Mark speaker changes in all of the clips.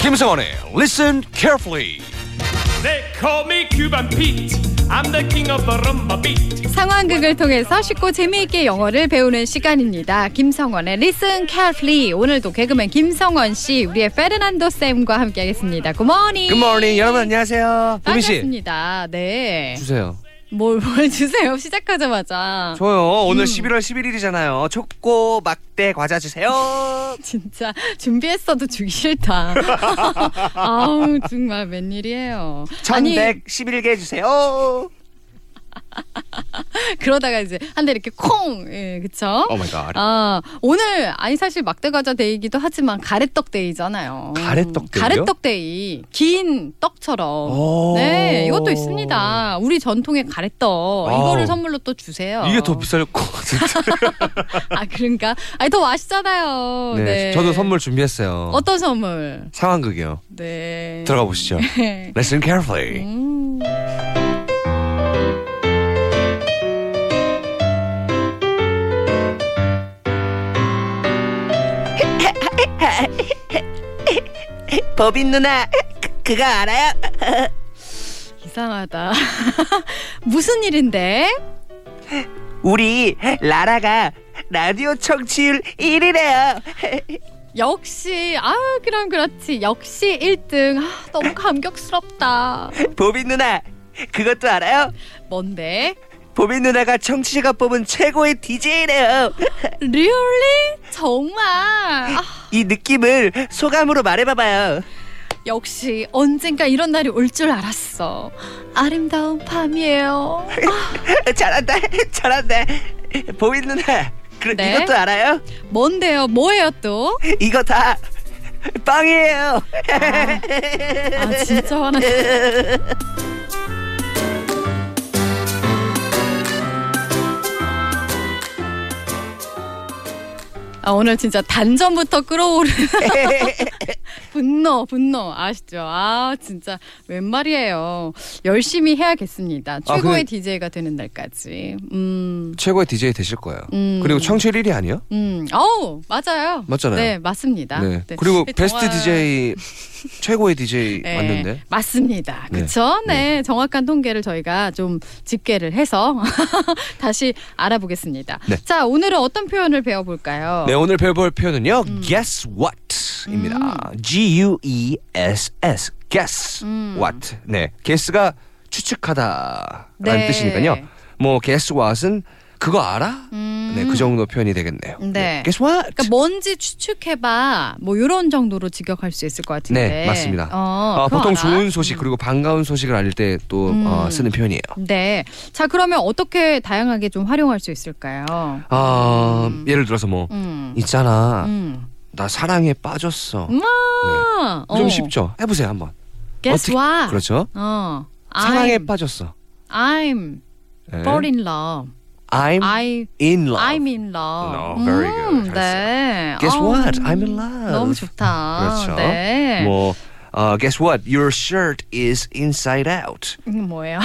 Speaker 1: 김성원의 Listen Carefully.
Speaker 2: They call me Cuban Pete. I'm the king of the rumba beat.
Speaker 3: 상황극을 통해서 쉽고 재미있게 영어를 배우는 시간입니다. 김성원의 Listen Carefully. 오늘도 개그맨 김성원 씨, 우리의 페르난도 쌤과 함께하겠습니다. 굿모닝.
Speaker 1: Good morning, 여러분 안녕하세요. 보미 씨
Speaker 3: 반갑습니다. 네.
Speaker 1: 주세요.
Speaker 3: 뭘, 뭘 주세요? 시작하자마자.
Speaker 1: 저요. 오늘 11월 11일이잖아요. 초코 막대 과자 주세요.
Speaker 3: 진짜 준비했어도 주기 싫다. 아우 정말 웬일이에요. 아니
Speaker 1: 1111개 주세요.
Speaker 3: 그러다가 이제 한 대 이렇게 콩, 예, 그쵸?
Speaker 1: 오 마이 갓.
Speaker 3: 아 오늘 아니 사실 막대 과자 데이기도 하지만 가래떡 데이잖아요.
Speaker 1: 가래떡 데이요?
Speaker 3: 가래떡 데이 긴 떡처럼.
Speaker 1: 오.
Speaker 3: 네, 이것도 있습니다. 우리 전통의 가래떡
Speaker 1: 아우.
Speaker 3: 이거를 선물로 또 주세요.
Speaker 1: 이게 더 비쌀 것 같은데.
Speaker 3: 아 그런가? 아니 더 맛있잖아요.
Speaker 1: 네, 저도 선물 준비했어요.
Speaker 3: 어떤 선물?
Speaker 1: 상황극이요.
Speaker 3: 네.
Speaker 1: 들어가 보시죠. Listen carefully.
Speaker 3: 음.
Speaker 4: 법인 누나 그- 그거 알아요?
Speaker 3: 이상하다. 무슨 일인데?
Speaker 4: 우리 라라가 라디오 청취율 1위래요.
Speaker 3: 역시 아 그럼 그렇지 역시 1등 아, 너무 감격스럽다
Speaker 4: 법인 누나 그것도 알아요?
Speaker 3: 뭔데
Speaker 4: 보빈 누나가 청취자가 뽑은 최고의 DJ래요.
Speaker 3: 리얼리 정말 아,
Speaker 4: 이 느낌을 소감으로 말해봐봐요.
Speaker 3: 역시 언젠가 이런 날이 올 줄 알았어 아름다운 밤이에요 아,
Speaker 4: 잘한다, 잘한다. 보빈 누나, 그,
Speaker 3: 네?
Speaker 4: 이것도 알아요?
Speaker 3: 뭔데요 뭐예요 또
Speaker 4: 이거 다 빵이에요.
Speaker 3: 아 진짜 화나네 아 오늘 진짜 단전부터 끌어오르는 분노, 분노 아시죠? 아 진짜 웬 말이에요. 열심히 해야겠습니다.
Speaker 1: 아, 근데-
Speaker 3: 최고의 DJ가 되는 날까지. 음,
Speaker 1: 최고의 DJ 되실 거예요.
Speaker 3: 음.
Speaker 1: 그리고 청취율 1위 아니요?
Speaker 3: 음, 어우 맞아요.
Speaker 1: 맞잖아요.
Speaker 3: 네, 맞습니다.
Speaker 1: 네.
Speaker 3: 네.
Speaker 1: 그리고
Speaker 3: 정말-
Speaker 1: 베스트 DJ 최고의 DJ
Speaker 3: 네,
Speaker 1: 맞는데.
Speaker 3: 맞습니다.
Speaker 1: 네.
Speaker 3: 그쵸? 네. 정확한 통계를 저희가 좀 집계를 해서 다시 알아보겠습니다.
Speaker 1: 네.
Speaker 3: 자, 오늘은 어떤 표현을 배워볼까요?
Speaker 1: 네 오늘 배워볼 표현은요.
Speaker 3: 음.
Speaker 1: Guess what입니다. G U E S S guess
Speaker 3: 음.
Speaker 1: what. 네 guess가 추측하다라는
Speaker 3: 네.
Speaker 1: 뜻이니까요. 뭐 guess what은 그거 알아? 네 그 정도 표현이 되겠네요.
Speaker 3: 음. 네.
Speaker 1: guess what.
Speaker 3: 그러니까 뭔지 추측해봐 뭐 이런 정도로 직역할 수 있을 것 같은데.
Speaker 1: 네 맞습니다.
Speaker 3: 어,
Speaker 1: 어,
Speaker 3: 그거
Speaker 1: 보통
Speaker 3: 알아? 음.
Speaker 1: 좋은 소식 그리고 반가운 소식을 알릴 때 또 어, 쓰는 표현이에요.
Speaker 3: 네. 자, 그러면 어떻게 다양하게 좀 활용할 수 있을까요?
Speaker 1: 아 예를 들어서 뭐
Speaker 3: 음.
Speaker 1: 있잖아
Speaker 3: 음.
Speaker 1: 나 사랑에 빠졌어.
Speaker 3: 아,
Speaker 1: 네. 좀
Speaker 3: 어.
Speaker 1: 쉽죠. 해보세요 한번.
Speaker 3: Guess
Speaker 1: 어떻게-
Speaker 3: what?
Speaker 1: 그렇죠.
Speaker 3: 어.
Speaker 1: 사랑에
Speaker 3: I'm,
Speaker 1: 빠졌어.
Speaker 3: I'm
Speaker 1: 네.
Speaker 3: fall in love.
Speaker 1: I'm
Speaker 3: I
Speaker 1: in love.
Speaker 3: I'm in love. Mm,
Speaker 1: No, very good. 잘했어요.
Speaker 3: 네.
Speaker 1: Guess
Speaker 3: 어우,
Speaker 1: what? I'm in love.
Speaker 3: 너무 좋다.
Speaker 1: 그렇죠.
Speaker 3: 네.
Speaker 1: 뭐 어, guess what? Your shirt is inside out.
Speaker 3: 이게 뭐예요?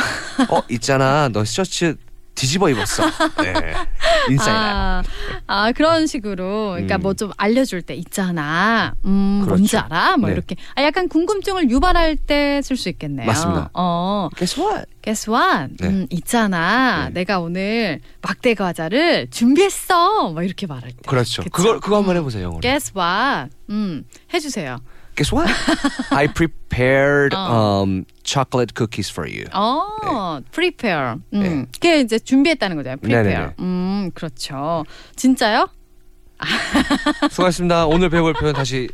Speaker 1: 어 있잖아 너 셔츠 뒤집어 입었어. 네. Inside out.
Speaker 3: 아, 아 그런 식으로 그러니까
Speaker 1: 음.
Speaker 3: 뭐 좀 알려줄 때 있잖아 음
Speaker 1: 그렇죠.
Speaker 3: 뭔지 알아 뭐
Speaker 1: 네.
Speaker 3: 이렇게 아 약간 궁금증을 유발할 때 쓸 수 있겠네요
Speaker 1: 맞습니다.
Speaker 3: 어
Speaker 1: Guess what?
Speaker 3: Guess what?
Speaker 1: 네.
Speaker 3: 음, 있잖아.
Speaker 1: 네.
Speaker 3: 내가 오늘 막대 과자를 준비했어. 막 이렇게 말할 때.
Speaker 1: 그렇죠.
Speaker 3: 그쵸?
Speaker 1: 그걸 그거 한번 해보세요 영어로.
Speaker 3: Guess what? 음, 해주세요.
Speaker 1: Guess what? I prepared
Speaker 3: 어.
Speaker 1: um, chocolate cookies for you.
Speaker 3: 어, prepare. 음,
Speaker 1: 네.
Speaker 3: 그게 이제 준비했다는 거잖아요. prepare.
Speaker 1: 네네네.
Speaker 3: 음, 그렇죠. 진짜요?
Speaker 1: 수고하셨습니다. 오늘 배울 표현 다시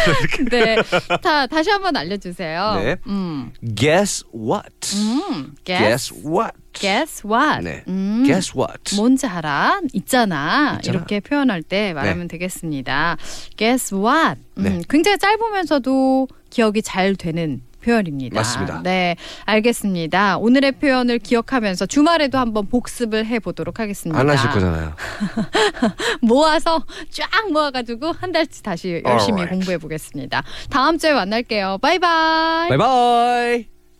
Speaker 3: 네. 다 다시 한번 알려주세요.
Speaker 1: 네.
Speaker 3: 음,
Speaker 1: Guess what?
Speaker 3: 음, guess,
Speaker 1: Guess what?
Speaker 3: guess what?
Speaker 1: 네.
Speaker 3: 음.
Speaker 1: Guess what?
Speaker 3: 뭔지 알아? 있잖아.
Speaker 1: 있잖아.
Speaker 3: 이렇게 표현할 때 말하면 되겠습니다. Guess what? 음,
Speaker 1: 네.
Speaker 3: 굉장히 짧으면서도 기억이 잘 되는 표현입니다.
Speaker 1: 맞습니다.
Speaker 3: 네, 알겠습니다. 오늘의 표현을 기억하면서 주말에도 한번 복습을 해보도록 하겠습니다.
Speaker 1: 안 하실 거잖아요.
Speaker 3: 모아서 쫙 모아가지고 한 달치 다시 열심히
Speaker 1: Alright.
Speaker 3: 공부해 보겠습니다. 다음 주에 만날게요. 바이바이.
Speaker 1: 바이바이.